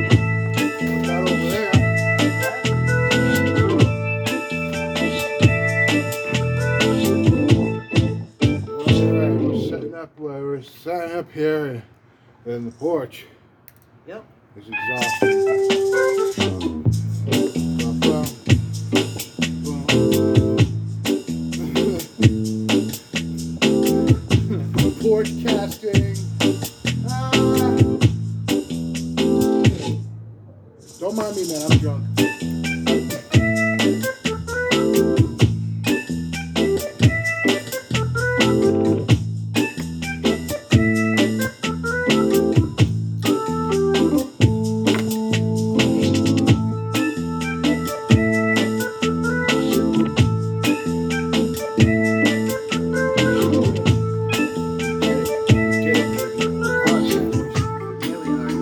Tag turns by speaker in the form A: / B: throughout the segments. A: Not over there. All right, we're setting up, uh, we're setting up here in the porch.
B: Yep.
A: It's exhausting. Bum, bum, bum. Porch casting. Ah. Don't mind me, man. I'm drunk.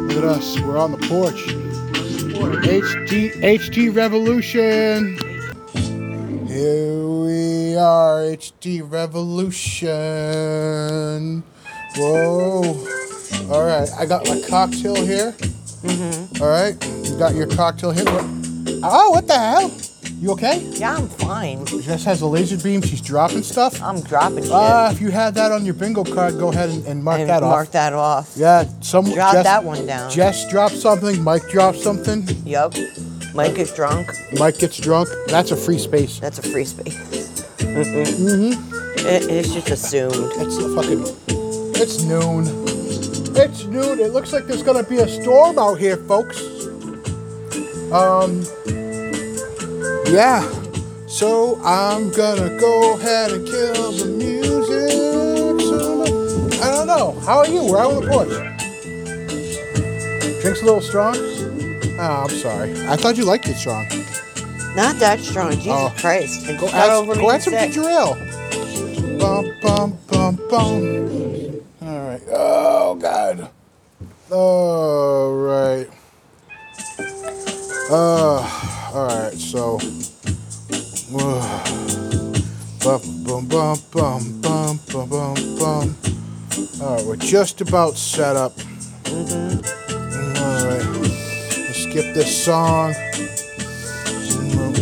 A: Look at us. We're on the porch. HT HT Revolution. Here we are, HT Revolution. Whoa. All right, I got my cocktail here.
B: Mm-hmm.
A: All right, you got your cocktail here. What- Oh, what the hell? You okay?
B: Yeah, I'm fine.
A: Jess has a laser beam. She's dropping stuff.
B: I'm dropping shit.
A: Ah, if you have that on your bingo card, go ahead and, and mark
B: and
A: that off.
B: mark that off.
A: Yeah, some
B: Drop
A: Jess-
B: that one down.
A: Jess drops something. Mike drops something.
B: Yup. Mike is drunk.
A: Mike gets drunk. That's a free space.
B: That's a free space. mm-hmm. it's just assumed.
A: It's a fucking. It's noon. It's noon. It looks like there's gonna be a storm out here, folks. Um. Yeah. So I'm gonna go ahead and kill the music. I don't know. How are you? We're out on the porch. Drinks a little strong. Ah, I'm sorry. I thought you liked it strong.
B: Not that strong. Jesus
A: Oh.
B: Christ. It's
A: Go
B: not
A: add,
B: over
A: go add some
B: music.
A: ginger ale. Bum, bum, bum, bum. All right. Oh, God. All right. Uh, all right, so. bum, bum, bum, bum, bum, bum, bum, bum. All right, we're just about set up. Mm-hmm. All right. Let's skip this song.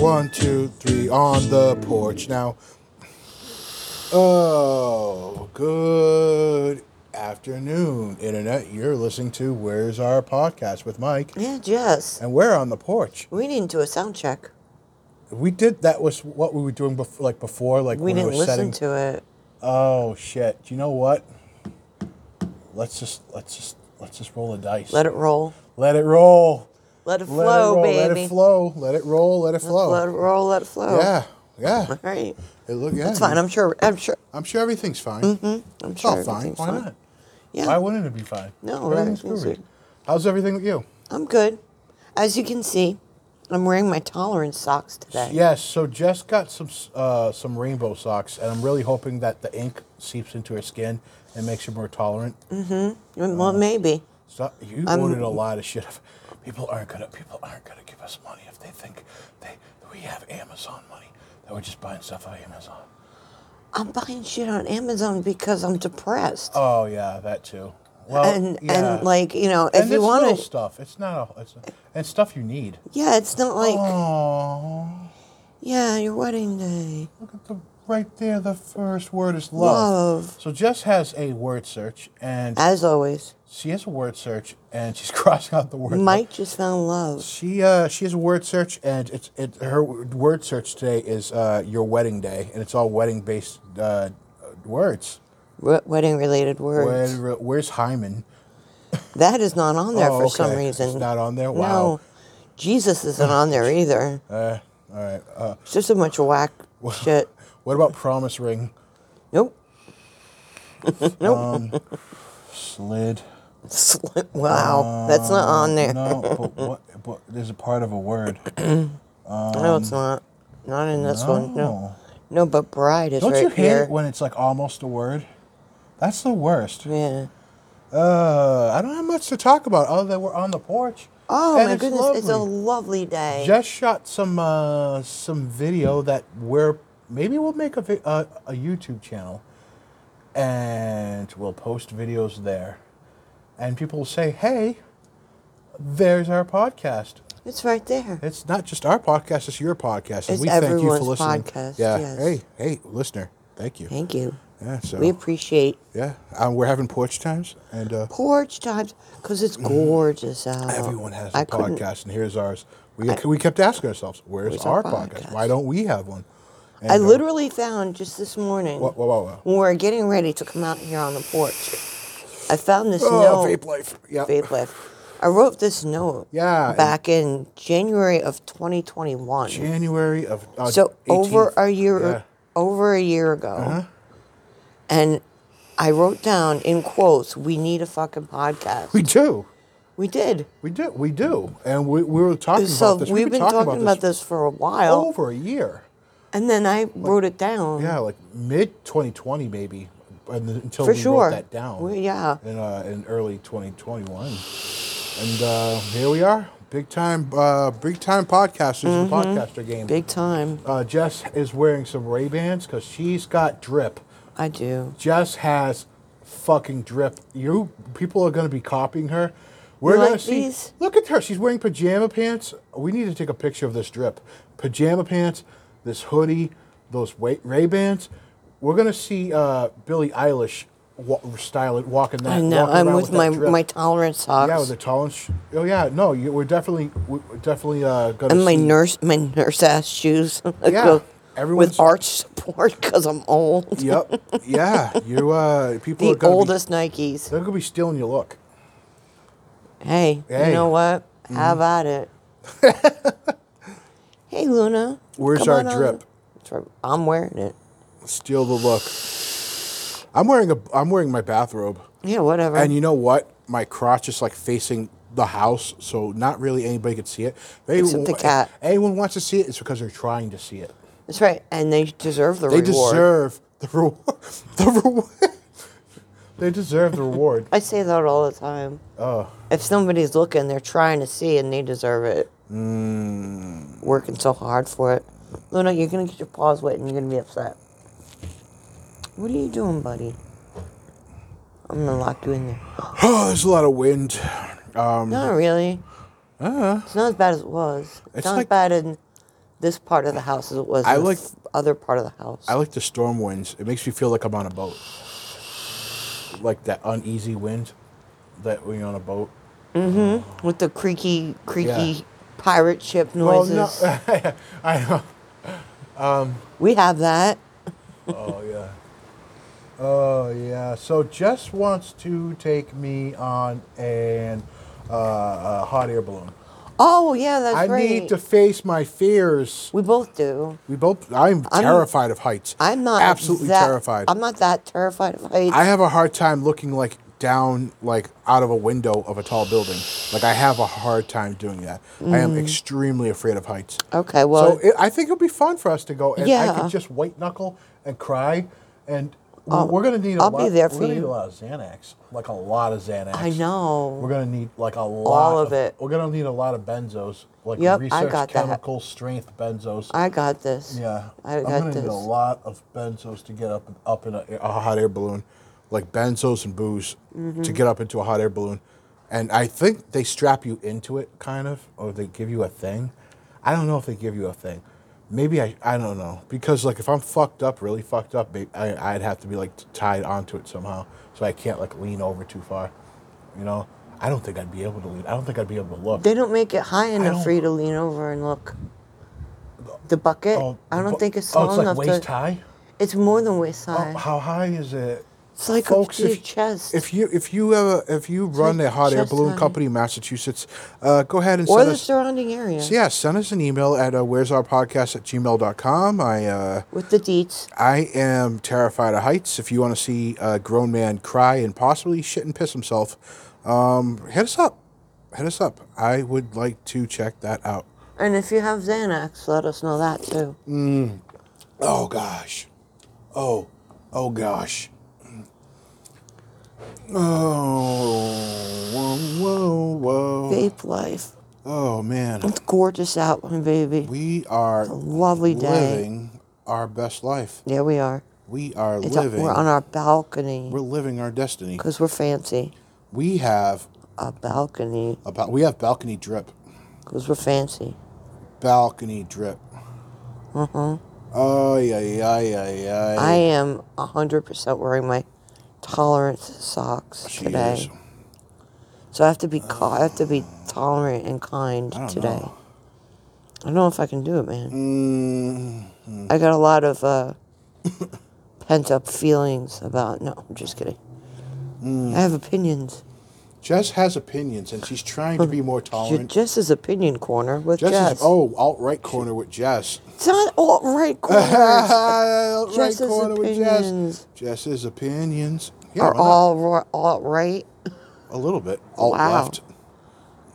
A: One, two, three, on the porch now. Oh, good afternoon, Internet. You're listening to Where's Our Podcast with Mike,
B: Yeah, Jess.
A: and we're on the porch.
B: We need to do a sound check.
A: We did that was what we were doing before, like before, like
B: We
A: when
B: didn't
A: we were setting.
B: listen to it.
A: oh shit! You know what? Let's just let's just let's just roll the dice.
B: Let it roll.
A: Let it roll.
B: Let it
A: Let
B: flow,
A: it roll.
B: baby.
A: Let it flow. Let it roll. Let it flow.
B: Let it roll. Let it flow.
A: Yeah, yeah.
B: All right.
A: It look yeah.
B: It's fine. I'm sure. I'm sure.
A: I'm sure everything's fine. Mm-hmm.
B: I'm
A: It's
B: sure.
A: all fine.
B: everything's
A: Why
B: fine.
A: not?
B: Yeah.
A: Why wouldn't it be fine?
B: No,
A: Everything's
B: right,
A: groovy.
B: easy.
A: How's everything with you?
B: I'm good. As you can see, I'm wearing my tolerance socks today.
A: Yes. So Jess got some s- uh, some rainbow socks, and I'm really hoping that the ink seeps into her skin and makes her more tolerant.
B: Mm,
A: Uh-huh.
B: Well, maybe.
A: So you ordered a lot of shit. People aren't gonna people aren't gonna give us money if they think they that we have Amazon money that we're just buying stuff on Amazon.
B: I'm buying shit on Amazon because I'm depressed.
A: Oh yeah, that too. Well,
B: and
A: yeah.
B: and like you know, if
A: and
B: you
A: it's
B: want
A: little
B: to,
A: stuff. It's not a. It's and stuff you need.
B: yeah, it's not like
A: Oh,
B: yeah, your wedding day.
A: look at the right there. The first word is love.
B: Love.
A: So Jess has a word search, and
B: As always,
A: she has a word search, and she's crossing out the word. love.
B: Mike just found love.
A: She uh she has a word search, and it's it her word search today is uh your wedding day, and it's all wedding based uh words.
B: W- wedding related words.
A: Where, where's hymen?
B: that is not on there
A: Oh,
B: for some
A: okay. It's
B: reason.
A: not on there? Wow.
B: No, Jesus isn't on there either.
A: Uh, all right. Uh,
B: It's just a bunch of whack shit.
A: what about promise ring?
B: Nope.
A: Slid.
B: Wow, that's not on there.
A: No, but what? But there's a part of a word.
B: No, it's not. Not in this one. No.
A: Um, no.
B: No, but bride is
A: Don't
B: right
A: you hate
B: here.
A: it when it's like almost a word? That's the worst.
B: yeah.
A: Uh, I don't have much to talk about other than we're on the porch.
B: Oh
A: and
B: my
A: it's
B: goodness, it's a
A: lovely.
B: lovely day.
A: just shot some uh, some video that we're maybe we'll make a vi- uh, a YouTube channel, and we'll post videos there, and people will say, "Hey, there's our podcast."
B: it's right there.
A: It's not just our podcast; it's your podcast, and
B: It's
A: we thank you for
B: everyone's
A: listening.
B: podcast,
A: yeah.
B: yes.
A: Hey, hey, listener, thank you.
B: Thank you.
A: Yeah. So
B: We appreciate
A: yeah, um, we're having porch times, and uh,
B: porch times because it's gorgeous out.
A: Mm-hmm. everyone has a
B: I couldn't-
A: podcast, and here's ours. We, we kept asking ourselves, "Where's,
B: Where's
A: our,
B: our
A: podcast?
B: podcast?
A: Why don't we have one?" And,
B: I
A: uh,
B: literally found just this morning
A: Whoa, whoa, whoa, whoa.
B: when we were getting ready to come out here on the porch. I found this
A: Oh,
B: note.
A: vape life. Yeah.
B: Vape Life. I wrote this note.
A: Yeah, and-
B: Back in January of 2021.
A: January of uh,
B: so over
A: 18th.
B: a year,
A: Yeah. Uh-huh.
B: over a year ago, and I wrote down in quotes, "We need a fucking podcast."
A: We do.
B: We did.
A: We do. We do. And we, we were talking
B: So
A: about this.
B: we've been talking about, this for a while,
A: over a year.
B: and then I wrote it down.
A: Yeah, like mid 2020 maybe. And then- until
B: For
A: we
B: sure.
A: wrote that down.
B: We- yeah.
A: In, uh, in early 2021. And uh, here we are. Big time, uh, big time podcasters, in the podcaster game.
B: Mm-hmm. Big time.
A: Uh, Jess is wearing some Ray Bans because she's got drip.
B: I do.
A: Jess has fucking drip. You people are gonna be copying her. We're
B: You
A: gonna
B: like
A: see.
B: these?
A: Look at her. She's wearing pajama pants. We need to take a picture of this drip. Pajama pants, this hoodie, those wa- Ray Bans. We're gonna see uh, Billie Eilish wa- style it, walking that.
B: I know.
A: walking
B: I'm
A: around
B: with,
A: that
B: my
A: drip.
B: my tolerance socks
A: Yeah, with the tall and sh- oh yeah, no, you, we're definitely we're definitely uh, gonna
B: and my
A: see-
B: nurse my nurse ass shoes.
A: Yeah, everyone's-
B: with arch support because I'm old.
A: Yep, yeah, you uh, people are
B: the
A: gonna be-
B: oldest Nikes.
A: they're gonna be stealing your look.
B: Hey,
A: Hey. Mm-hmm.
B: you know what? How about it? hey, Luna.
A: Where's
B: come
A: our
B: on on.
A: drip?
B: That's right. I'm wearing it.
A: steal the look. I'm wearing a I'm wearing my bathrobe,
B: Yeah, whatever.
A: and you know what? My crotch is like facing the house, so not really anybody could see it. They
B: Except the cat.
A: Anyone wants to see it, it's because they're trying to see it.
B: That's right. And they deserve the
A: They
B: reward.
A: deserve the reward. The reward. they deserve the reward.
B: I say that all the time.
A: Oh,
B: If somebody's looking, they're trying to see and they deserve it.
A: Mm.
B: Working so hard for it. Luna, you're going to get your paws wet and you're going to be upset. What are you doing, buddy? I'm going to lock you in there.
A: oh, there's a lot of wind.
B: Not really. It's not as bad as it was.
A: Mm-hmm. Uh-huh. It's
B: It's, not
A: like-
B: as bad in this part of the house as it was
A: I
B: in
A: like-
B: the f- other part of the house.
A: I like the storm winds. It makes me feel like I'm on a boat. Like that uneasy wind, that when you're on a boat.
B: With the creaky, creaky pirate ship
A: Well,
B: noises.
A: no, uh, I know.
B: we have that.
A: Oh yeah. Oh yeah. So Jess wants to take me on an uh, a hot air balloon.
B: Oh, yeah, that's
A: I
B: right.
A: need to face my fears.
B: we both do.
A: We both. I'm,
B: I'm-
A: terrified of heights.
B: I'm not
A: absolutely
B: that-
A: terrified.
B: I'm not that terrified of heights.
A: I have a hard time looking like down, like out of a window of a tall building. Like I have a hard time doing that. I
B: Mm.
A: am extremely afraid of heights.
B: okay,
A: so
B: well,
A: it, I think it'll be fun for us to go, and I
B: Yeah.
A: could just white knuckle and cry, and we're-
B: Oh,
A: we're gonna need. a
B: I'll be
A: lot,
B: there
A: we're
B: for
A: gonna need
B: you.
A: a lot of Xanax, like a lot of Xanax.
B: I
A: We're
B: know.
A: gonna need like a lot
B: of it.
A: We're gonna need a lot of benzos, like
B: Yep, I
A: research
B: got that.
A: chemical strength benzos.
B: I got this.
A: yeah,
B: I
A: am
B: got
A: gonna
B: this.
A: need a lot of benzos to get up up in a, a hot air balloon, like benzos and booze to
B: Mm-hmm.
A: get up into a hot air balloon, and I think they strap you into it, kind of, or they give you a thing. I don't know if they give you a thing. Maybe I I don't know because like if I'm fucked up, really fucked up, may- I, I'd have to be like tied onto it somehow, so I can't like lean over too far. You know, I don't think I'd be able to lean. I don't think I'd be able to look.
B: They don't make it high
A: don't-
B: enough for you to lean over and look. The bucket,
A: Oh,
B: I don't
A: but-
B: think it's
A: oh,
B: small
A: it's like
B: enough
A: waist
B: to.
A: high.
B: It's more than waist
A: Oh,
B: high.
A: how high is it?
B: It's like up
A: Folks,
B: to
A: if-
B: your chest.
A: If you if you uh, if you run
B: like
A: a hot air
B: chest
A: balloon
B: high.
A: company in Massachusetts, uh, go ahead and
B: or
A: send
B: the
A: us.
B: surrounding area
A: Yeah, send us an email at uh, where's our podcast at gmail.com. I uh,
B: with the deets.
A: I am terrified of heights. If you want to see a grown man cry and possibly shit and piss himself, um, hit us up. Hit us up. I would like to check that out.
B: And if you have Xanax, let us know that too.
A: Mm. Oh gosh. Oh, oh gosh. Oh, whoa, whoa, whoa.
B: Vape life.
A: Oh, man.
B: It's gorgeous out, my baby.
A: We are
B: lovely day.
A: living our best life.
B: Yeah, we are.
A: We are
B: It's a,
A: living.
B: we're on our balcony
A: we're living our destiny.
B: because we're fancy.
A: We have
B: A balcony
A: about we have balcony drip.
B: because we're fancy.
A: Balcony drip. Oh yeah yeah yeah yeah.
B: Mm-hmm. I am 100% wearing my tolerance socks
A: She
B: today.
A: is.
B: So I have to be ca- I have to be tolerant and kind
A: I don't
B: today.
A: know.
B: I don't know if I can do it, man.
A: Mm,
B: I got a lot of uh, pent up feelings about. No, I'm just kidding.
A: Mm.
B: I have opinions.
A: Jess has opinions and she's trying to be more
B: J-
A: tolerant.
B: Jess's opinion corner with
A: Jess,
B: Jess.
A: is oh alt right corner with Jess.
B: It's not all right corners
A: alt right
B: Jess's
A: corner with Jess.
B: opinions.
A: Jess's opinions. Yeah,
B: are
A: why not?
B: all ro- all right.
A: a little bit alt
B: Wow.
A: left.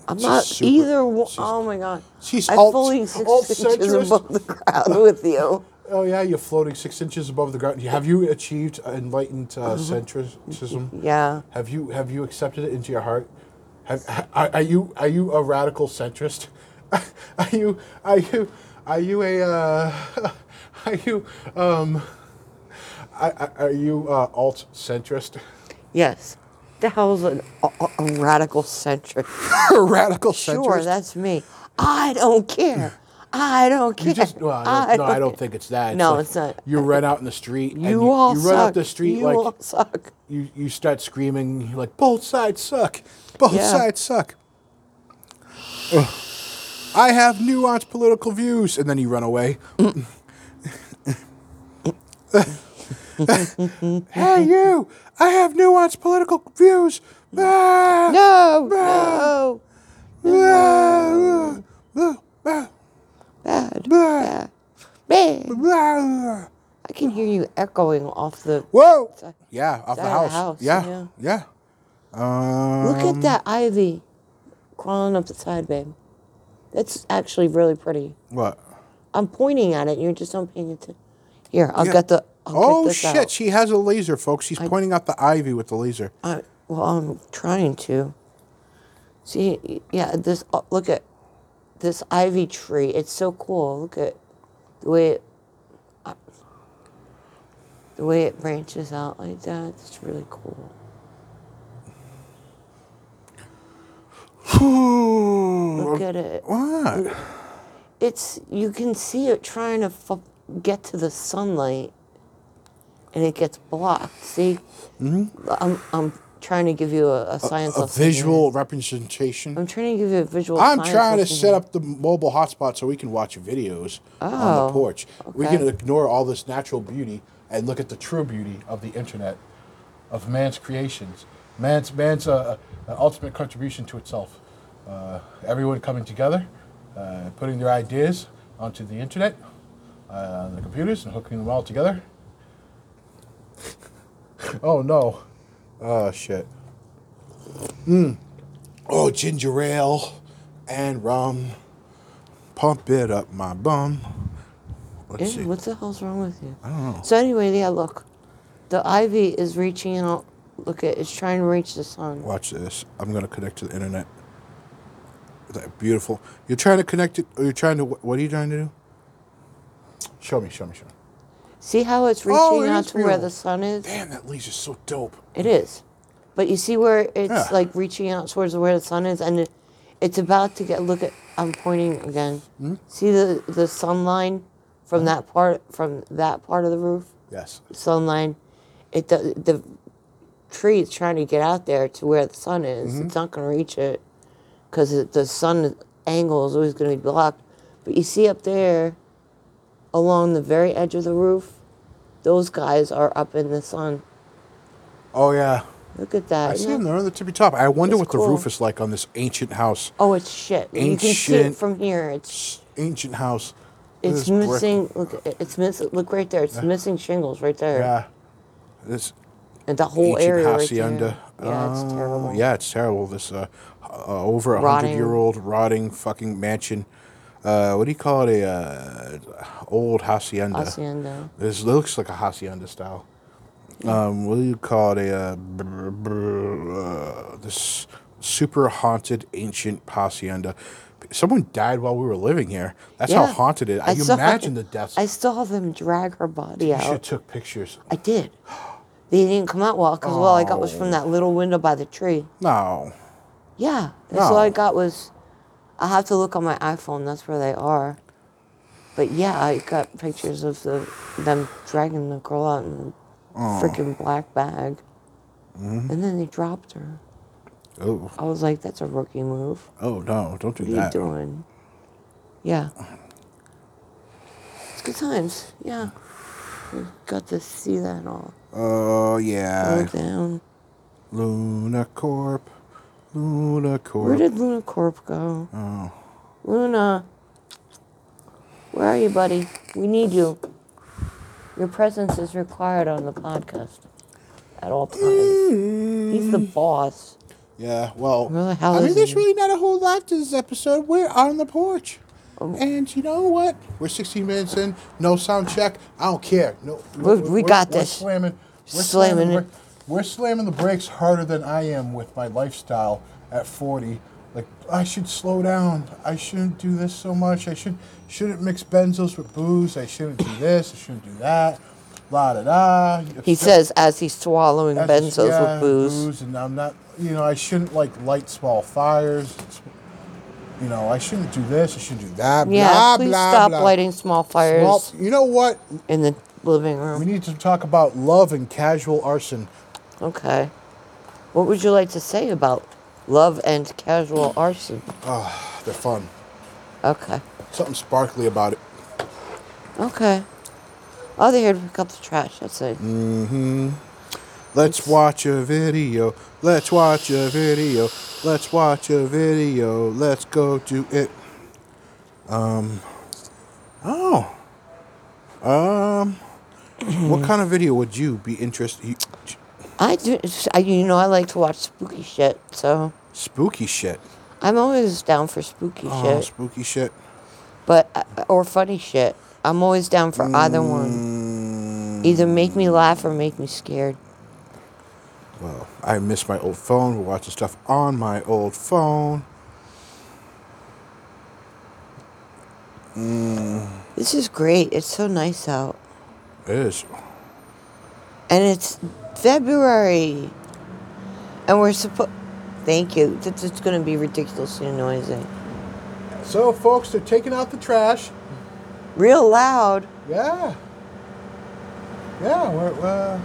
B: I'm
A: She's
B: not
A: super-
B: either. One.
A: she's-
B: Oh my god.
A: she's
B: I'm
A: alt-
B: fully six
A: alt
B: inches
A: centrist.
B: above the ground with you.
A: Oh yeah, you're floating six inches above the ground. Have you achieved enlightened uh,
B: Mm-hmm.
A: centrism?
B: Yeah.
A: Have you have you accepted it into your heart? Have, ha- are, are you are you a radical centrist? Are you are you are you a uh, are you um are, are- are you uh, alt centrist?
B: Yes. The hell is an, a, a- a radical centric?
A: radical
B: Sure, that's me. I don't care. I don't care.
A: You just well, I, no, I don't think it's that.
B: No,
A: like
B: it's not.
A: You run out in the street. and
B: You all
A: you
B: suck.
A: run out the street
B: you
A: like
B: all suck.
A: you you start screaming like both sides suck, both
B: Yeah.
A: sides suck. Ugh. I have nuanced political views, and then you run away. hey you! I have nuanced political views. Ah,
B: No, no,
A: ah, ah, ah,
B: bad,
A: Bah.
B: bad, bad.
A: ah.
B: I can hear you echoing off the.
A: Whoa!
B: Side-
A: Yeah, off the
B: side of the
A: house.
B: house,
A: Yeah, yeah.
B: Look
A: Um,
B: at that ivy crawling up the side, babe. That's actually really pretty.
A: what?
B: I'm pointing at it. You're just not paying attention. Here, I'll
A: Yeah.
B: get the. I'll get
A: Oh
B: this
A: shit!
B: out.
A: She has a laser, folks. She's pointing out the ivy with the laser.
B: I, well, I'm trying to. See, y- yeah, this, uh, look at this ivy tree. It's so cool. Look at the way it, uh, the way it branches out like that. It's really cool. Look at it.
A: What?
B: It's, you can see it trying to f- get to the sunlight and it gets blocked. See? I'm, I'm trying to give you a, a science
A: Mm-hmm. A
B: lesson here.
A: visual representation.
B: I'm trying to give you a visual
A: I'm
B: science
A: trying to
B: lesson
A: set
B: here.
A: up the mobile hotspot so we can watch videos on
B: Oh,
A: the porch. We
B: okay.
A: can ignore all this natural beauty and look at the true beauty of the internet, of man's creations, man's man's uh, uh, ultimate contribution to itself. Uh, everyone coming together, uh, putting their ideas onto the internet, uh, on the computers, and hooking them all together. oh no! Oh shit! Oh, ginger ale and rum. Pump it up my bum. Let's
B: Yeah,
A: see.
B: what the hell's wrong with you? I
A: don't know.
B: So anyway, yeah, look, the ivy is reaching out. Look at it's trying to reach the sun.
A: Watch this. I'm gonna connect to the internet. That beautiful. You're trying to connect it. Or you're trying to. What are you trying to do? Show me. Show me. Show me.
B: See how it's reaching
A: Oh, it
B: out
A: is
B: to where
A: real.
B: the sun is?
A: Damn, that laser's so dope.
B: It is, but you see where it's
A: Yeah.
B: like reaching out towards where the sun is, and it, it's about to get. Look at I'm pointing again.
A: Hmm?
B: See the the sun line from that part from that part of the roof.
A: Yes.
B: sunline. It the, the tree is trying to get out there to where the sun is. It's
A: Mm-hmm.
B: not going to reach it because the sun angle is always going to be blocked. But you see up there, along the very edge of the roof, those guys are up in the sun.
A: Oh yeah.
B: Look at that.
A: I
B: isn't
A: see them.
B: that-
A: They're on the tippy top. I wonder
B: It's
A: what the
B: cool.
A: roof is like on this ancient house.
B: Oh, it's shit. You can see it
A: Ancient-
B: from here. It's
A: Ancient house. Look at
B: it's
A: this brick.
B: missing. Look, it's missing. Look right there. It's missing shingles right there.
A: Yeah. This
B: And the whole
A: ancient
B: area right
A: hacienda.
B: there. Yeah, it's
A: Uh,
B: terrible.
A: Yeah, it's terrible. This uh, uh, over a hundred
B: Rotting.
A: year old rotting fucking mansion. Uh, what do you call it? A uh, old hacienda.
B: Hacienda.
A: This looks like a hacienda style. um, what do you call it? A uh, brr, brr, uh, this super haunted ancient hacienda. Someone died while we were living here. That's how
B: Yeah.
A: haunted it. I, you
B: saw-
A: imagine the deaths.
B: I saw them drag her body
A: you should have
B: out.
A: took pictures.
B: I did. They didn't come out well because all I got was from that
A: Oh.
B: little window by the tree.
A: No,
B: Yeah, that's all I
A: No.
B: got was. I have to look on my iPhone. That's where they are. But yeah, I got pictures of the them dragging the girl out in a
A: Oh.
B: freaking black bag,
A: Mm-hmm.
B: and then they dropped her.
A: oh,
B: I was like, "That's a rookie move.
A: oh no, don't do
B: What are you
A: that.
B: doing?" Yeah. It's good times. Yeah. We got to see that all
A: Oh
B: go
A: yeah,
B: down.
A: Luna Corp, Luna Corp.
B: Where did Luna Corp go? Oh. Luna. Where are you, buddy? We need you. Your presence is required on the podcast at all times. He's the boss.
A: Yeah, well,
B: Where the hell
A: I
B: is
A: mean, there's
B: it?
A: really not a whole lot to this episode. We're on the porch.
B: Oh.
A: And you know what? We're 16 minutes in, no sound check. I don't care. No,
B: We- we got
A: we're
B: this.
A: Slamming, we're
B: Slamming
A: slamming,
B: it.
A: the, bra- we're slamming the brakes harder than I am with my lifestyle at 40. Like I should slow down. I shouldn't do this so much. I should shouldn't mix benzos with booze. I shouldn't do this. I shouldn't do that. La da da.
B: He says as he's swallowing
A: That's just-
B: benzos
A: yeah,
B: with booze.
A: and I'm not, you know, I shouldn't like light small fires. It's- you know, I shouldn't do this. I shouldn't do that.
B: Yeah,
A: blah,
B: please
A: blah,
B: stop
A: blah.
B: lighting small fires
A: Well, you know what?
B: in the living
A: We
B: room.
A: need to talk about love and casual arson.
B: Okay. What would you like to say about love and casual arson?
A: They're fun.
B: Okay.
A: Something sparkly about it.
B: Okay. Oh, they're here to pick up the trash. That's it.
A: Mm. Let's watch a video. Let's watch a video. Let's watch a video. Let's go do it. Um. Oh. Um. what kind of video would you be interested?
B: I do. I, you know, I like to watch spooky shit, so
A: Spooky shit.
B: I'm always down for spooky
A: Oh,
B: shit,
A: spooky shit.
B: but uh, or funny shit. I'm always down for either one.
A: Mm,
B: Either make me laugh or make me scared.
A: well, I miss my old phone. We're watching stuff on my old phone.
B: This is great. It's so nice out,
A: It is.
B: and it's February, and we're supposed. Thank you. That's it's gonna be ridiculously noisy,
A: So, folks, they're taking out the trash.
B: real loud.
A: Yeah. Yeah, we're, uh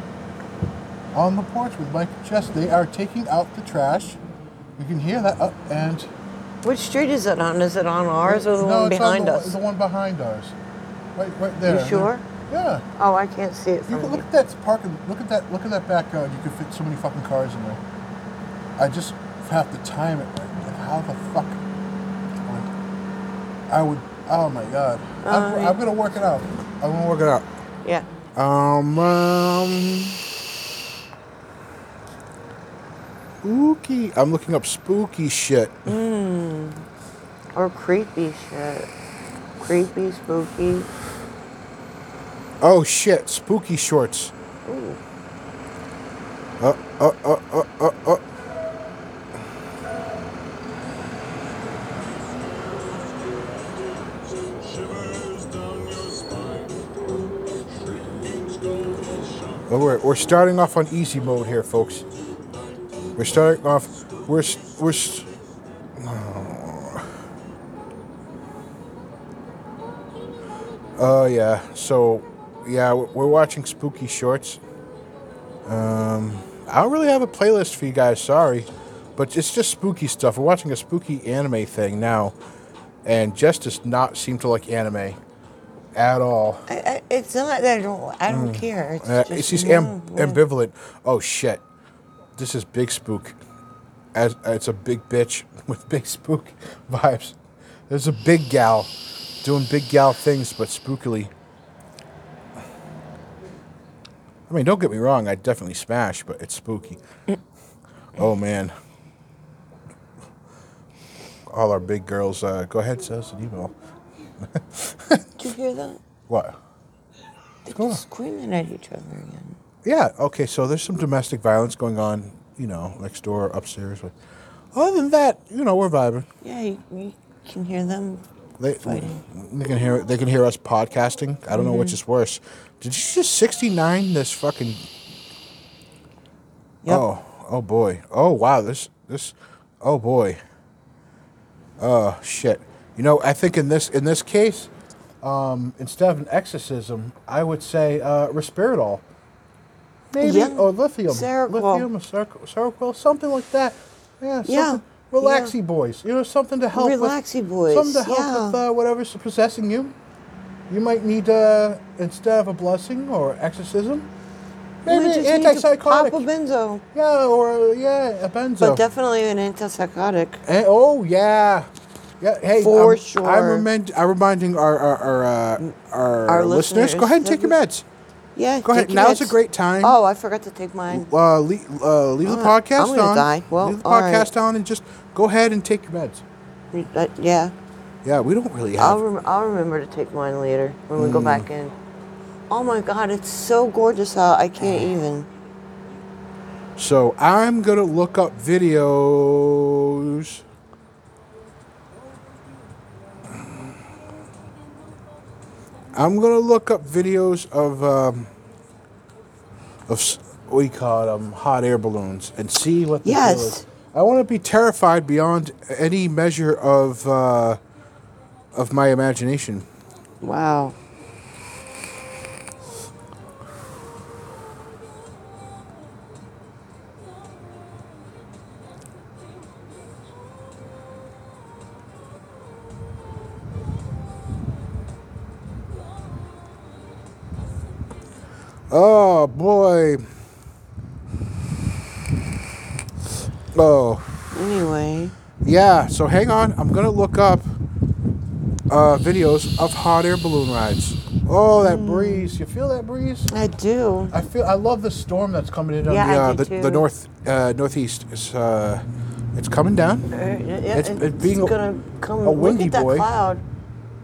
A: on the porch with Mike and Jess. They are taking out the trash. You can hear that up and.
B: Which street is it on? Is it on ours or the
A: no,
B: one
A: it's on
B: behind
A: the,
B: us?
A: The one behind ours. Right, right there.
B: sure?
A: Yeah.
B: Oh, I can't see it
A: You can,
B: from here.
A: look at that parking. Look at that. Look at that backyard. You could fit so many fucking cars in there. I just have to time it. Right. Like, how the fuck? like, I would. Oh my god.
B: Uh,
A: I'm, I'm gonna work it out. I'm gonna work it out.
B: Yeah.
A: Um, um, spooky. I'm looking up spooky shit.
B: Or creepy shit. Creepy, spooky.
A: Oh shit, spooky shorts.
B: Ooh.
A: Uh, uh, uh, uh, uh, uh. Well, we're, we're starting off on easy mode here, folks. We're starting off. We're s- we're. s- Oh yeah. So, yeah, we're we're watching spooky shorts. Um, I don't really have a playlist for you guys, sorry. But it's just spooky stuff. We're watching a spooky anime thing now, and Jess does not seem to like anime at all.
B: I, I, it's not that I don't. I don't care. It's
A: Uh,
B: just
A: she's
B: no,
A: am- ambivalent. Oh shit, this is big spook. As it's a big bitch with big spook vibes. There's a big gal doing big gal things, but spookily. I mean, don't get me wrong. I definitely smash, but it's spooky. oh man. All our big girls, uh, go ahead, send us an email.
B: Did you hear that?
A: What?
B: They're
A: going on?
B: screaming at each other again.
A: yeah, okay, so there's some domestic violence going on, you know, next door, upstairs. But other than that, you know, we're vibing.
B: Yeah, you, you can hear them.
A: They,
B: Fighting. Mm-hmm.
A: they can hear they can hear us podcasting. I don't know which is worse. Did you just 69 this fucking
B: Yep.
A: Oh, oh boy. Oh wow, this this oh boy. Oh shit. You know, I think in this in this case, um, instead of an exorcism, I would say uh, risperidol. Maybe
B: Yeah.
A: or lithium.
B: Seroquel.
A: Lithium or Sero- Seroquel, something like that. Yeah,
B: Yeah,
A: something. Relaxy boys. You know, something to help
B: Relaxy
A: with
B: boys,
A: Something to help
B: yeah.
A: with uh, whatever's possessing you. You might need uh, instead of a blessing or exorcism,
B: You
A: maybe
B: just need to
A: antipsychotic.
B: Pop a benzo,
A: Yeah, or uh, yeah, a benzo.
B: but definitely an antipsychotic.
A: Eh, oh yeah, yeah. Hey,
B: For
A: I'm, I'm,
B: sure.
A: remind, I'm reminding our our our, uh, our,
B: Our
A: listeners, Go
B: listeners
A: ahead and take your
B: that
A: meds.
B: Yeah.
A: Go ahead.
B: take
A: Now's a
B: meds.
A: great time.
B: Oh, I forgot to take mine.
A: Uh, leave uh, leave the
B: I'm gonna-
A: podcast
B: I'm gonna
A: on.
B: die. Well,
A: leave the
B: all right.
A: podcast on and just go ahead and take your meds.
B: Uh, yeah.
A: Yeah, we don't really have.
B: I'll, rem- I'll remember to take mine later when we go
A: Mm.
B: back in. Oh my god, it's so gorgeous out. I can't even.
A: so I'm gonna look up videos. I'm gonna look up videos of um, of s- what do you call it, um, hot air balloons, and see what the deal
B: Yes.
A: is. I want to be terrified beyond any measure of uh, of my imagination.
B: Wow.
A: Oh boy. Oh.
B: Anyway,
A: Yeah, so hang on. I'm going to look up uh, videos of hot air balloon rides. Oh, that
B: Hmm.
A: breeze. You feel that breeze?
B: I do.
A: I feel I love the storm that's coming in on
B: Yeah,
A: the,
B: I
A: uh,
B: do
A: the, the
B: too.
A: north uh, northeast. It's uh, it's coming down.
B: It's,
A: It's- it's being a-
B: gonna come.
A: a
B: look
A: windy
B: at that
A: boy.
B: cloud.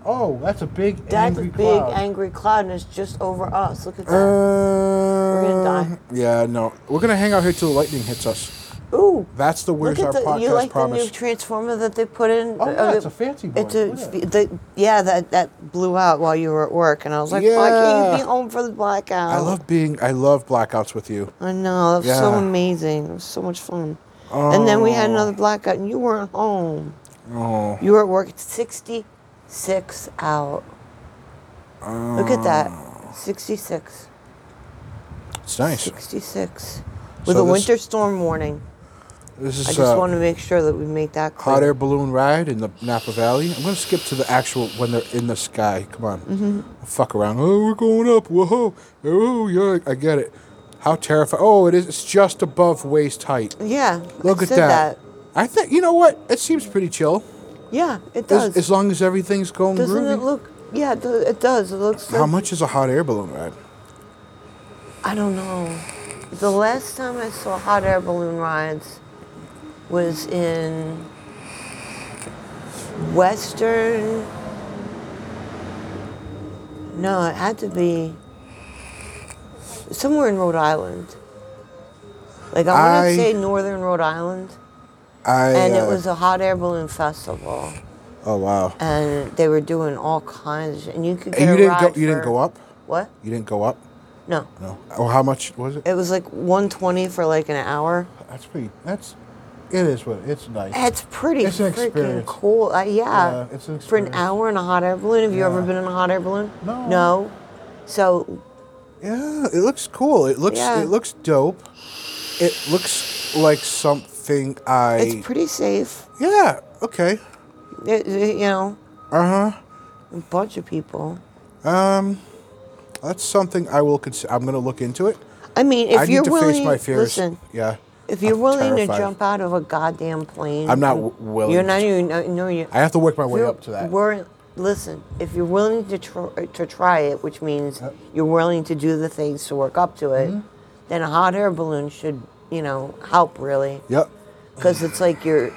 A: Oh, that's a big
B: That's a
A: angry
B: big
A: cloud.
B: angry cloud, and it's just over us. Look at that.
A: uh,
B: die.
A: yeah, no. We're going to hang out here till the lightning hits us.
B: Ooh.
A: That's the
B: Look
A: where's our
B: at the.
A: podcast
B: You like
A: promise.
B: the new transformer that they put in?
A: Oh, yeah,
B: Uh,
A: it's a fancy boy.
B: It's a,
A: Look at
B: the, yeah, that, that blew out while you were at work, and I was like, why can't you be
A: Yeah.
B: home for the blackout?
A: I love being. I love blackouts with you.
B: I know. That was so
A: Yeah.
B: amazing. It was so much fun. And then we had another blackout, and you weren't home.
A: Oh,
B: You were at work at 66 out. Look at that. 66.
A: it's Oh. nice.
B: 66. With
A: So
B: a
A: this-
B: winter storm warning.
A: This
B: I
A: is
B: just
A: uh,
B: want to make sure that we make that clear.
A: hot air balloon ride in the Napa Valley. I'm gonna skip to the actual when they're in the sky. Come on,
B: Mm-hmm.
A: fuck around. Oh, we're going up. Whoa, oh yeah, I get it. How terrifying! Oh, it is. It's just above waist height.
B: Yeah.
A: Look
B: I
A: at
B: said
A: that. I think you know what? It seems pretty chill.
B: Yeah, it does.
A: As, as long as everything's going
B: Doesn't
A: groovy.
B: it look? Yeah, it does- it does. It looks.
A: How
B: like-
A: much is a hot air balloon ride?
B: I don't know. The last time I saw hot air balloon rides was in Western. No, it had to be somewhere in Rhode Island. Like I want
A: I-
B: to say Northern Rhode Island,
A: I
B: and
A: uh,
B: it was a hot air balloon festival,
A: Oh wow!
B: and they were doing all kinds, of, and you could get
A: And you
B: a
A: didn't
B: ride
A: go. You didn't
B: for-
A: go up.
B: What?
A: You didn't go up.
B: No.
A: No. Oh, how much was it?
B: It was like 120 for like an hour.
A: That's pretty. That's. It is what it's nice.
B: It's pretty
A: It's an
B: freaking
A: experience.
B: cool. Uh, yeah.
A: Yeah, it's an
B: For an
A: experience.
B: hour in a hot air balloon. Have you ever
A: Yeah.
B: been in a hot air balloon?
A: No.
B: No. So,
A: yeah, it looks cool. It looks.
B: Yeah.
A: It looks dope. It looks like something I.
B: it's pretty safe.
A: yeah. Okay.
B: It- it- you know,
A: Uh huh.
B: a bunch of people.
A: That's something I will consider. I'm gonna look into it.
B: I mean, if
A: I
B: you're
A: need to
B: willing,
A: face my fears.
B: listen.
A: yeah.
B: If you're
A: I'm
B: willing
A: terrified.
B: to jump out of a goddamn plane,
A: I'm not w- willing
B: You're
A: to
B: not
A: ju-
B: even. No, no, you.
A: I have to work my way
B: you're-
A: up to that.
B: We're, listen, if you're willing to tr- to try it, which means you're willing to do the things to work up to it,
A: Mm-hmm.
B: then a hot air balloon should, you know, help really,
A: Yep.
B: because it's like you're,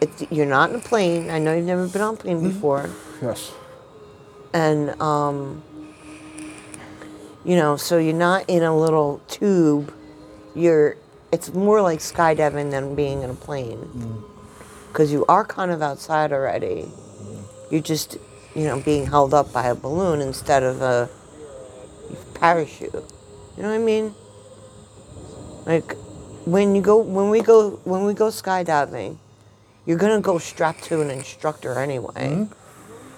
B: it's, you're not in a plane. I know you've never been on a plane before,
A: Yes.
B: and um, You know, so you're not in a little tube. You're. It's more like skydiving than being in a plane,
A: Mm.
B: because you are kind of outside already.
A: Mm.
B: You're just, you know, being held up by a balloon instead of a parachute. You know what I mean? Like when you go when we go when we go skydiving, you're gonna go strapped to an instructor anyway.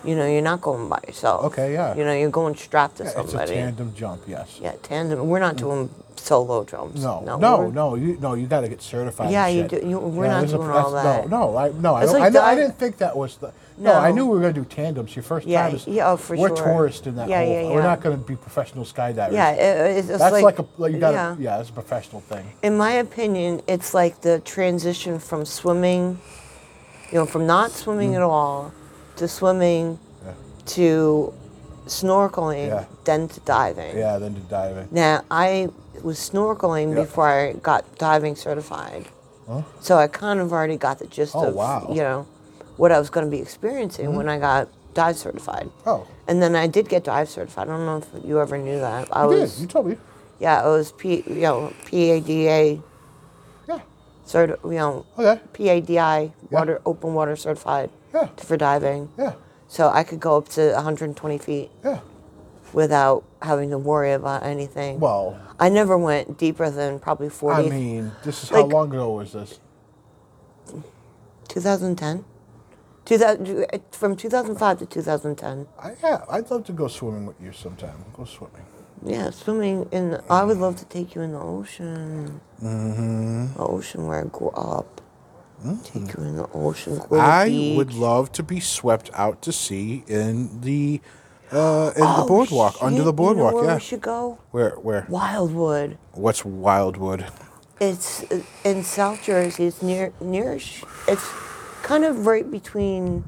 B: You know, you're not going by yourself.
A: Mm-hmm. Okay, yeah.
B: You know, you're going strapped to
A: Yeah, it's
B: somebody.
A: a tandem jump, yes.
B: Yeah, tandem. We're not doing solo drums.
A: No, no,
B: we're-
A: no, You no, you got to get certified.
B: Yeah,
A: and
B: you
A: shit.
B: do- you- we're not
A: there's
B: doing
A: that's-
B: all that.
A: No, no, I no, I,
B: It's
A: don't,
B: like
A: I, kn- I
B: the-
A: didn't think that was the. No, I
B: No.
A: knew we were going to do tandems. Your first
B: Yeah,
A: time is
B: yeah, oh, for
A: we're
B: sure.
A: tourists in that
B: Yeah,
A: whole.
B: yeah,
A: We're
B: yeah.
A: not going to be professional skydivers.
B: Yeah, it, it's, it's
A: that's
B: like,
A: like, a like you got
B: yeah.
A: to yeah, it's a professional thing.
B: In my opinion, it's like the transition from swimming, you know, from not swimming
A: Mm.
B: at all to swimming to snorkeling,
A: Yeah.
B: then to diving.
A: Yeah, then to diving.
B: Now, I was snorkeling
A: Yeah.
B: before I got diving certified. So I kind of already got the gist
A: Oh,
B: of,
A: wow. Mm-hmm.
B: you know, what I was going to be experiencing when I got dive certified.
A: Oh,
B: And then I did get dive certified. I don't know if you ever knew that. I
A: you
B: was
A: did. You told me.
B: yeah, I was P you know PADA
A: Yeah.
B: cert you know
A: Okay.
B: PADI
A: Yeah.
B: water open water certified
A: Yeah.
B: for diving.
A: Yeah.
B: So I could go up to 120 feet
A: Yeah.
B: without having to worry about anything.
A: Well,
B: I never went deeper than probably 40.
A: I mean, this is how
B: Like-
A: long ago was this?
B: 2010. 2000, from 2005 to 2010.
A: I, yeah, I'd love to go swimming with you sometime. Go swimming.
B: Yeah, swimming in. I would love to take you in the ocean. Mm-hmm. The ocean where I grew up. Take you in the ocean. go to the
A: Mm. I would
B: beach.
A: love to be swept out to sea in the uh, in the
B: Oh,
A: boardwalk, under
B: shit,
A: the boardwalk.
B: You know where
A: yeah.
B: we should go?
A: Where? Where?
B: Wildwood.
A: What's Wildwood?
B: It's uh, in South Jersey. It's near near. Sh- It's kind of right between.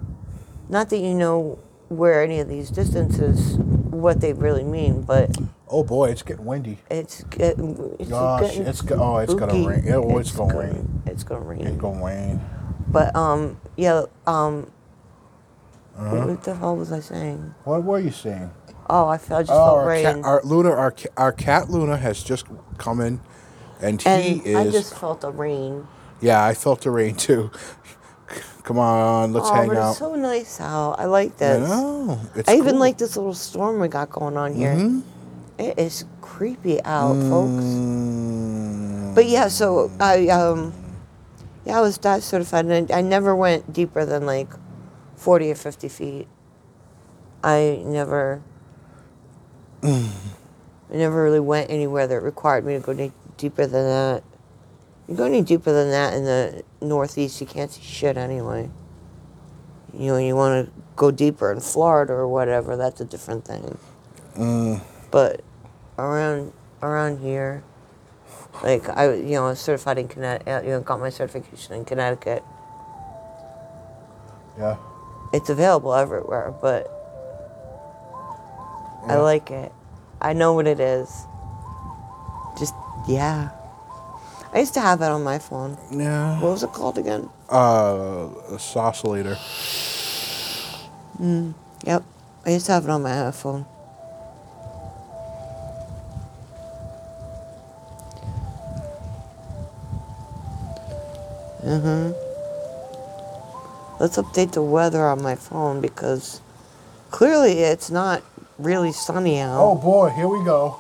B: Not that you know where any of these distances, what they really mean, but
A: Oh boy, it's getting windy.
B: it's get, it's
A: Gosh,
B: getting
A: it's go- oh, it's gonna
B: spooky.
A: rain. Yeah, well, it's gonna
B: gonna-
A: rain.
B: It's gonna rain.
A: It's going rain.
B: But um, yeah, um,
A: Uh-huh.
B: what the hell was I saying?
A: What were you saying?
B: Oh, I felt I just
A: Oh,
B: felt
A: our
B: rain,
A: cat, our Luna, our ca- our cat Luna has just come in, and he
B: and
A: is.
B: I just felt the rain.
A: Yeah, I felt the rain too. Come on, let's
B: oh,
A: hang
B: but
A: out.
B: it's so nice out. I like
A: I
B: this.
A: know. It's
B: I even
A: cool. Mm-hmm.
B: like this little storm we got going on here. It is creepy out, folks.
A: Mm,
B: But yeah, so I um, yeah, I was dive certified, and I, I never went deeper than like forty or fifty feet. I never, I never really went anywhere that required me to go de- deeper than that. You go any deeper than that in the Northeast, you can't see shit anyway. You know, you want to go deeper in Florida or whatever. That's a different thing. But around around here, like I, you know, I was certified in Connecticut. You know, got my certification in Connecticut.
A: yeah.
B: It's available everywhere, but I
A: Yeah.
B: like it. I know what it is. Just yeah. I used to have it on my phone.
A: Yeah.
B: What was it called again?
A: Uh, a saucelator.
B: Yep. I used to have it on my iPhone. Mhm. Let's update the weather on my phone because clearly it's not really sunny out.
A: Oh boy, here we go.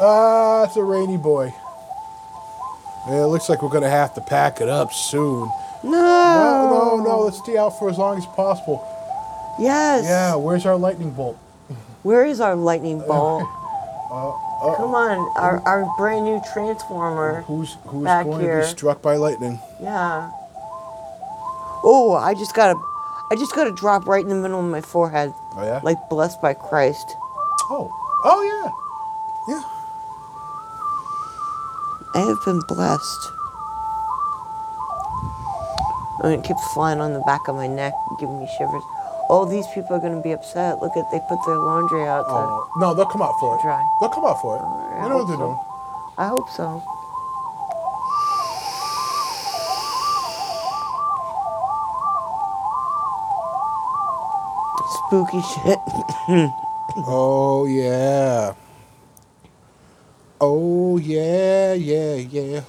A: Ah, it's a rainy boy. Yeah, it looks like we're gonna have to pack it up soon. No,
B: no.
A: no, no. Let's stay out for as long as possible.
B: Yes.
A: Yeah. Where's our lightning bolt?
B: Where is our lightning bolt?
A: Uh,
B: Come on, our, our brand new transformer.
A: Who's who's
B: Back
A: going
B: here.
A: to be struck by lightning?
B: Yeah. Oh, I just got a, I just got a drop right in the middle of my forehead.
A: Oh yeah.
B: Like blessed by Christ.
A: Oh. Oh yeah. Yeah.
B: I have been blessed. I mean, it keeps flying on the back of my neck, giving me shivers. All these people are gonna be upset. Look at they put their laundry out. To,
A: Oh no. No, they'll come out for it.
B: Dry.
A: They'll come out for
B: I
A: it. You know what
B: hope
A: they're
B: so.
A: doing.
B: I hope so. Spooky shit.
A: Oh yeah. Oh yeah, yeah, yeah,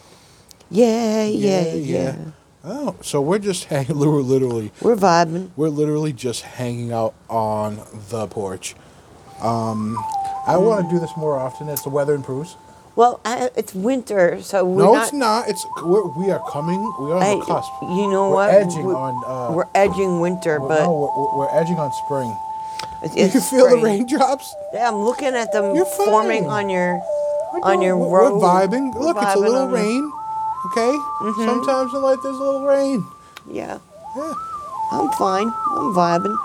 B: Yeah, yeah, yeah.
A: Oh, so we're just hanging. We're literally,
B: We're vibing.
A: we're literally just hanging out on the porch. Um, I
B: Mm-hmm.
A: want to do this more often as the weather improves.
B: Well, I, it's winter, so we're
A: no,
B: not.
A: it's not. It's we're, we are coming. We are on
B: I-
A: the cusp.
B: you know
A: We're
B: what?
A: edging
B: we're,
A: on, uh,
B: we're edging winter,
A: Well,
B: but
A: no, we're, we're- we're edging on spring.
B: it's,
A: you
B: it's
A: can feel
B: spring.
A: the raindrops.
B: Yeah, I'm looking at them
A: You're
B: forming
A: fine.
B: on your
A: We're
B: on
A: doing-
B: your
A: we're,
B: road.
A: We're vibing.
B: We're
A: Look, it's a
B: vibing
A: little
B: on Mm-hmm. the-
A: rain. Okay. Sometimes in life there's a little rain.
B: Yeah,
A: Yeah.
B: I'm fine. I'm vibing.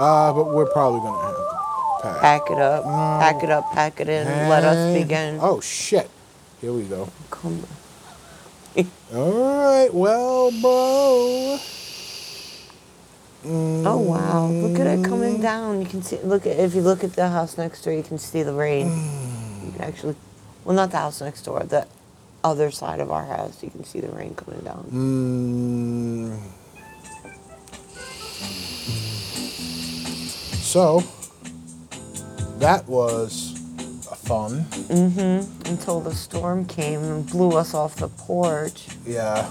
A: Uh, but we're probably gonna have to pack.
B: Pack it up. Pack it up. Pack it in. Let us
A: And-
B: begin.
A: Oh shit! Here we go.
B: Come-
A: All right, well, bro.
B: Oh wow! Look at it coming
A: Mm.
B: down. You can see. Look at if you look at the house next door, you can see the rain.
A: Mm.
B: You can actually, well, not the house next door. The other side of our house, you can see the rain coming down.
A: Mm. So that was fun.
B: Until the storm came and blew us off the porch.
A: Yeah.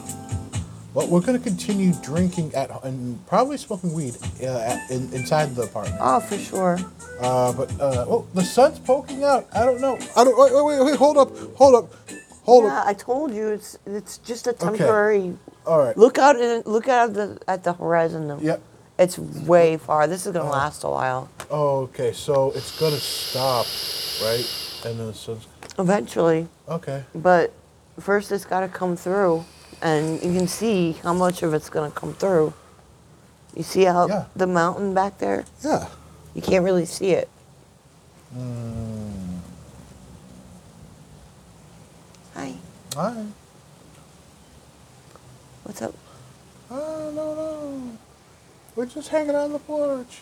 A: But we're gonna continue drinking at and probably smoking weed uh, at, in, inside the apartment.
B: Oh, for sure.
A: Uh, but uh, oh, the sun's poking out. I don't know. I don't. Wait, wait, wait, wait. Hold up. Hold up. Hold
B: yeah,
A: up.
B: I told you it's it's just a temporary.
A: All right.
B: Look out! and Look out at the at the horizon. Though.
A: Yep.
B: It's way far. This is gonna last a while.
A: okay, so it's gonna stop, right? And then the sun's
B: Eventually.
A: okay.
B: But first, it's got to come through, and you can see how much of it's going to come through. You see how
A: Yeah.
B: the mountain back there?
A: Yeah.
B: You can't really see it.
A: Hmm,
B: Hi,
A: All right.
B: what's up?
A: Oh no no. We're just hanging on the porch.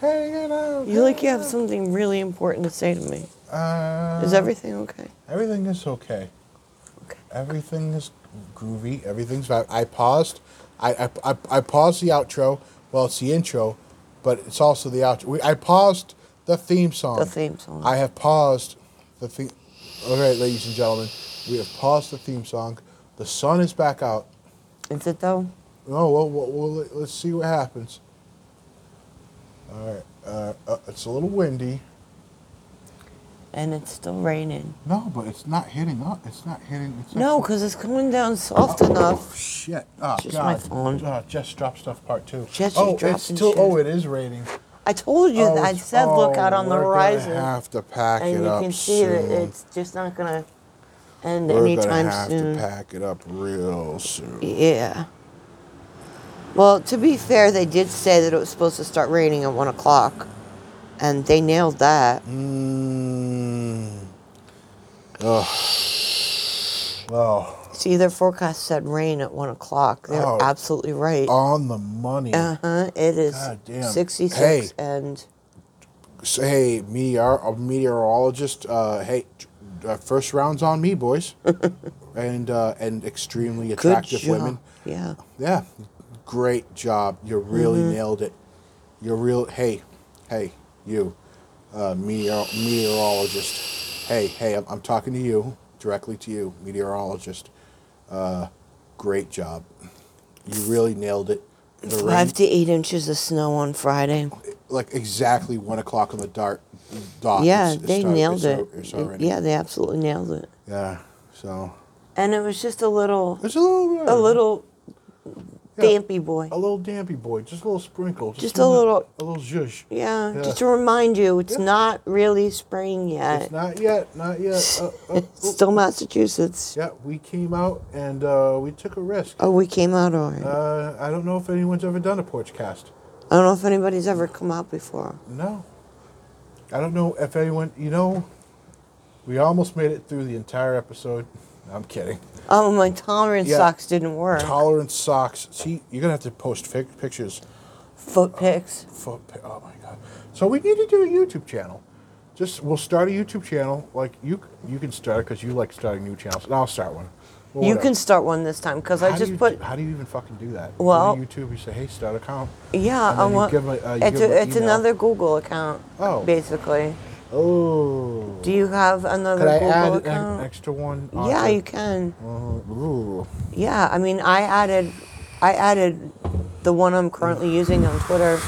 A: Hanging out.
B: You like you
A: hanging
B: have
A: out.
B: something really important to say to me.
A: Uh,
B: Is everything okay?
A: Everything is okay.
B: Okay.
A: Everything is groovy. Everything's fine. I paused. I, I, I, I paused the outro. Well, it's the intro, but it's also the outro. We, I paused the theme song.
B: The theme song.
A: I have paused the theme. All right, ladies and gentlemen, we have paused the theme song. The sun is back out.
B: Is it though?
A: No, well, well, well let- let's see what happens. All right. Uh, uh, it's a little windy.
B: And it's still raining.
A: No, but it's not hitting up. It's not hitting. It's not-
B: No, because it's coming down soft enough.
A: Shit. Oh,
B: Just
A: God.
B: my phone.
A: Oh, just drop stuff part two.
B: Just
A: oh,
B: dropping
A: it's still.
B: shit.
A: Oh, it is raining.
B: I told you.
A: oh,
B: that I
A: it's-
B: said look out
A: oh,
B: on the
A: we're gonna
B: horizon.
A: have to pack
B: and
A: it
B: you
A: up
B: can see that
A: soon.
B: it's just not gonna end
A: we're
B: anytime
A: gonna have
B: soon.
A: to pack it up real soon.
B: Yeah. Well, to be fair, they did say that it was supposed to start raining at one o'clock, and they nailed that.
A: Mm. Oh. oh,
B: See, their forecast said rain at one o'clock. They're
A: Oh.
B: absolutely right.
A: on the money.
B: Uh huh. It is
A: God damn.
B: sixty-six,
A: Hey.
B: and
A: So, hey, meteor, a meteorologist. Uh, hey, uh, first round's on me, boys, and uh, and extremely
B: good
A: attractive
B: job.
A: women.
B: Yeah.
A: Yeah, great job. You really
B: Mm-hmm.
A: nailed it. You're real. Hey, hey, you, uh, meteor, meteorologist. Hey, hey, I'm, I'm talking to you directly to you, meteorologist. Uh, great job. You really nailed it. The
B: Five
A: rain,
B: to eight inches of snow on Friday.
A: like exactly one o'clock on the dark dot.
B: yeah,
A: it's- it's
B: they
A: start-
B: nailed
A: it's
B: it.
A: al- it's already-
B: yeah, they absolutely nailed it.
A: Yeah. So
B: And it was just a little,
A: it's a little
B: a little
A: yeah,
B: dampy boy.
A: a little dampy boy, just a little sprinkle, just,
B: Just a little-
A: a little zhuzh.
B: Yeah,
A: Yeah.
B: just to remind you, it's
A: Yeah.
B: not really spring yet.
A: It's not yet, not yet. Uh, uh,
B: It's still Massachusetts.
A: yeah, we came out and uh, we took a risk.
B: Oh, we came out already.
A: Uh, I don't know if anyone's ever done a porch cast.
B: I don't know if anybody's ever come out before.
A: No. I don't know if anyone, you know, we almost made it through the entire episode. I'm kidding.
B: Oh, my tolerance
A: Yeah.
B: socks didn't work.
A: Tolerance socks. See, you're going to have to post fic- pictures.
B: Foot picks.
A: Fo- pi- Oh my god! So we need to do a YouTube channel. Just we'll start a YouTube channel. Like you, you can start because you like starting new channels, and I'll start one. Well,
B: You
A: whatever.
B: can start one this time because
A: How
B: I
A: do
B: just
A: you-
B: put.
A: How do you even fucking do that? You
B: Well-
A: go to YouTube, you say, "Hey, start account."
B: Yeah,
A: and then
B: I
A: you
B: want.
A: give 'em a- uh, you
B: it's
A: give 'em
B: a,
A: an
B: it's
A: email.
B: another Google account.
A: Oh.
B: Basically,
A: Oh.
B: Do you have another
A: Could I
B: Google
A: add an
B: account?
A: extra one?
B: yeah,
A: onto-
B: you can.
A: Uh, ooh.
B: Yeah, I mean, I added, I added the one I'm currently using on Twitter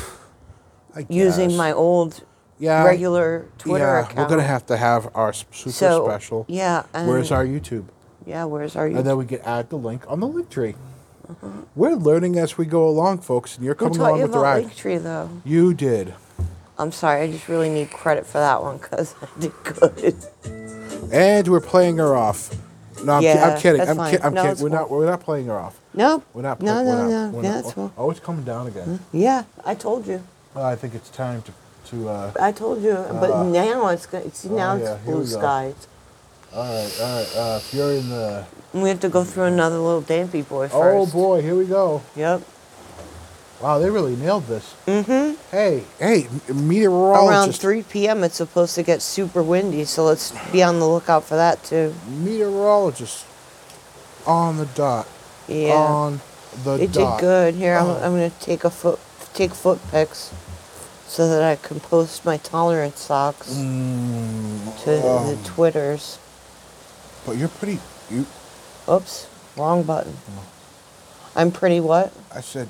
A: I
B: using
A: guess.
B: my old
A: Yeah.
B: regular Twitter
A: yeah,
B: account.
A: we're gonna have to have our s- super
B: So,
A: special.
B: yeah,
A: Where's
B: and-
A: our YouTube?
B: yeah, where's our
A: And
B: YouTube?
A: then we can add the link on the link tree. We're learning as we go along, folks, and you're
B: Uh-huh.
A: coming
B: Who taught
A: along
B: you
A: with the
B: about
A: ride.
B: Linktree though?
A: You did.
B: I'm sorry, I just really need credit for that one because I did good.
A: And we're playing her off. No, I'm, ki-
B: Yeah,
A: I'm kidding.
B: that's
A: I'm, ki-
B: fine.
A: I'm
B: No, it's
A: kidding. We're
B: cool.
A: not. We're not playing her off.
B: No,
A: We're not.
B: no,
A: play-
B: no,
A: we're not-
B: no,
A: we're
B: no,
A: not-
B: it's cool.
A: Oh, it's coming down again.
B: Yeah, I told you.
A: Well, I think it's time to. To. Uh,
B: I told you, but
A: Ah.
B: now it's going see
A: Oh,
B: now
A: yeah,
B: it's
A: here
B: blue
A: we go.
B: skies.
A: all right. All right. Uh, if you're in the.
B: And we have to go through another little dampy boy first.
A: Oh boy, here we go.
B: Yep.
A: Wow, they really nailed this. Mm-hmm. Hey, hey, m- meteorologist.
B: Around 3 p.m. it's supposed to get super windy, so let's be on the lookout for that too.
A: meteorologist on the dot.
B: Yeah.
A: On the
B: it
A: dot.
B: did good. Here, I'm,
A: Oh.
B: I'm gonna take a foot take foot pics so that I can post my tolerance socks
A: Mm,
B: to
A: um,
B: the twitters.
A: but you're pretty. You,
B: Oops, wrong button. I'm pretty what?
A: I said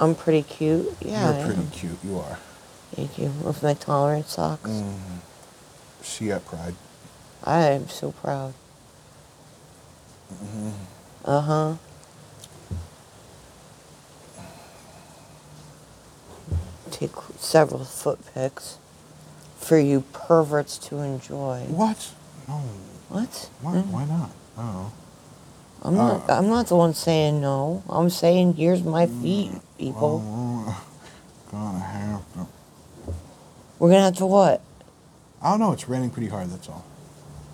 B: I'm pretty cute. Yeah, I
A: you're
B: am.
A: pretty cute. Mm. You are.
B: Thank you. With my tolerance socks,
A: See at Pride.
B: I am so proud.
A: Mm-hmm.
B: Uh huh. Take several foot pics for you perverts to enjoy.
A: What? No.
B: What? Mm.
A: Why, why not? Uh. I don't know.
B: I'm not. I'm not the one saying no. I'm saying here's my feet, people.
A: Mm. Well, we're Oh, gonna have to.
B: We're gonna have to what?
A: I don't know. It's raining pretty hard. That's all.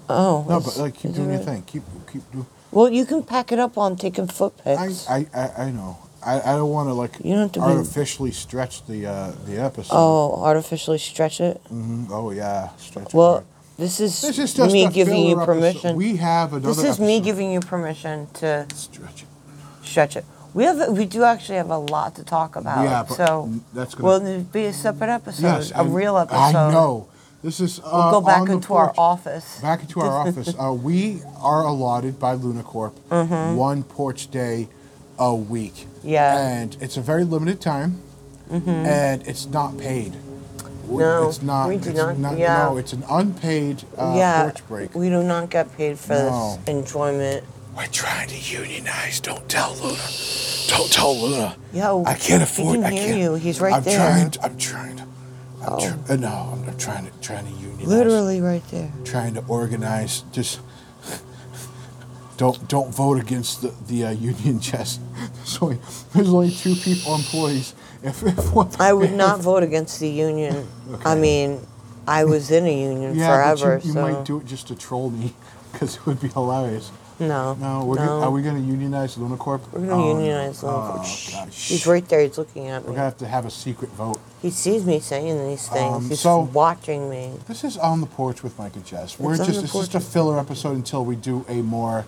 B: Oh.
A: No,
B: it's-
A: but like, keep
B: is
A: doing
B: it
A: your
B: a-
A: thing. Keep, keep doing.
B: Well, you can pack it up while I'm taking foot
A: I,
B: pics.
A: I, I, I know. I, I don't want to like
B: You don't have to be-
A: artificially stretch the uh, the episode.
B: oh, artificially stretch it.
A: hmm Oh yeah, stretch. it
B: Well,
A: hard.
B: this is,
A: this is just
B: me
A: a
B: giving
A: filler
B: you
A: episode.
B: permission.
A: We have another.
B: this is me
A: episode.
B: giving you permission to
A: Stretch it.
B: stretch it. We have we do actually have a lot to talk about.
A: Yeah, but
B: so
A: n- that's gonna-
B: well it'll be a separate episode,
A: Yes,
B: a
A: and
B: real episode.
A: I know. This is. Uh,
B: We'll go back
A: on the
B: into our
A: porch.
B: office.
A: Back into our office. Uh, we are allotted by Lunacorp one porch day a week.
B: Mm-hmm. Yeah. Mm-hmm.
A: And it's a very limited time, and it's not paid. W-
B: No,
A: it's not.
B: we do
A: it's
B: not- yeah.
A: No, it's an unpaid uh,
B: yeah,
A: porch break.
B: we do not get paid for
A: No.
B: this enjoyment.
A: We're trying to unionize. Don't tell Luna. Don't tell Luna.
B: Yo,
A: I can't
B: he
A: afford.
B: can
A: I
B: hear
A: can't.
B: you. He's right
A: I'm
B: there. Oh.
A: Trying to, I'm trying to. I'm try- uh, no, I'm, I'm trying to trying to unionize.
B: Literally right there.
A: Trying to organize. Just don't don't vote against the the uh, union chest. There's only there's only two people employees. If, if one,
B: I would not vote against the union. I
A: Okay.
B: mean, I was in a union
A: Yeah, but
B: forever,
A: you, you
B: so
A: might do it just to troll me, because it would be hilarious.
B: no.
A: No, we're Gonna, are we going to unionize Lunacorp?
B: We're gonna
A: Oh, no.
B: unionize them.
A: Oh,
B: Shh.
A: God.
B: He's right there. He's looking at
A: We're
B: me.
A: gonna have to have a secret vote.
B: He sees me saying these things.
A: Um,
B: He's
A: so-
B: watching me.
A: This is on the porch with Mike and Jess. We're
B: It's on
A: just
B: the
A: this is just
B: porch.
A: a filler episode until we do a more,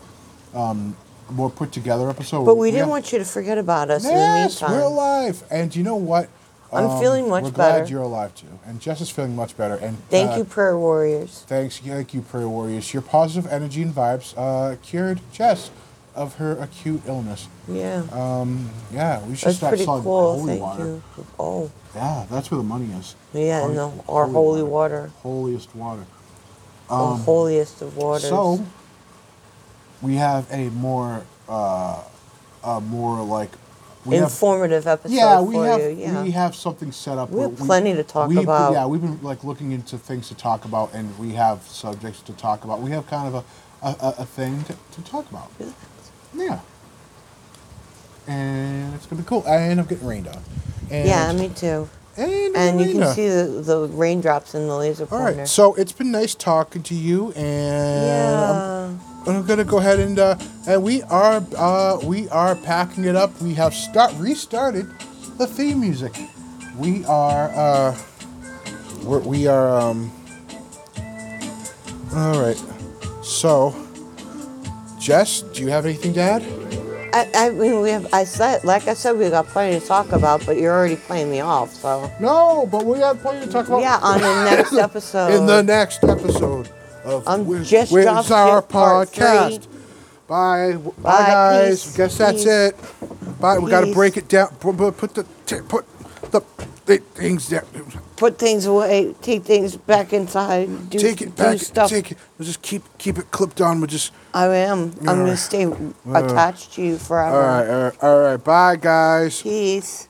A: um, more put together episode.
B: But we didn't
A: have-
B: want you to forget about us
A: Yes,
B: in the
A: we're
B: meantime.
A: alive, and you know what? Um,
B: I'm feeling much
A: we're
B: better.
A: glad you're alive too, and Jess is feeling much better. And
B: Thank
A: uh,
B: you, prayer warriors.
A: thanks, thank you, prayer warriors. Your positive energy and vibes uh, cured Jess of her acute illness.
B: Yeah,
A: Uh, Yeah, we should
B: that's
A: start
B: pretty
A: selling
B: cool.
A: holy
B: Thank
A: water.
B: you. Oh,
A: Yeah, that's where the money is.
B: yeah,
A: Holy-
B: no, our holy water,
A: Holiest water.
B: the holiest of
A: Um,
B: waters.
A: So we have a more uh a more like we
B: informative
A: have
B: episode
A: yeah, we
B: for
A: have
B: you. Yeah,
A: we have something set up.
B: We
A: where
B: have plenty to talk
A: we've-
B: about.
A: Yeah, we've been like looking into things to talk about, and we have subjects to talk about. We have kind of a a, a, a thing to, to talk about. Yeah, and it's gonna be cool. And I'm getting rained on. And,
B: yeah, me too.
A: and, I'm
B: And you
A: rained
B: can
A: on.
B: see the, the raindrops in the laser
A: All
B: pointer.
A: right, so it's been nice talking to you, and um, I'm-
B: yeah.
A: I'm gonna go ahead and uh, and we are uh, we are packing it up. We have start restarted the theme music. We are uh, we're, we are um. All right, so Jess, do you have anything to add?
B: I, I mean, we have. I said, like I said, we got plenty to talk about, but you're already playing me off. So
A: No, but we got plenty to talk about.
B: yeah, on the next episode.
A: in the next episode of
B: Uh, I'm
A: Where-
B: just
A: Where's
B: Josh
A: Our
B: Shit Part
A: Podcast. Bye. Bye,
B: Bye,
A: guys.
B: peace,
A: Guess that's
B: peace.
A: it. Bye. We got to
B: Peace.
A: break it down. Put put- put the t- put the th- things down.
B: Put things away. Take things back inside. Do,
A: Take it
B: do
A: back.
B: Stuff.
A: Take it. We'll just keep keep it clipped on. We'll just.
B: I am. I'm gonna stay attached to you forever.
A: All right. All right. All right. Bye, guys.
B: Peace.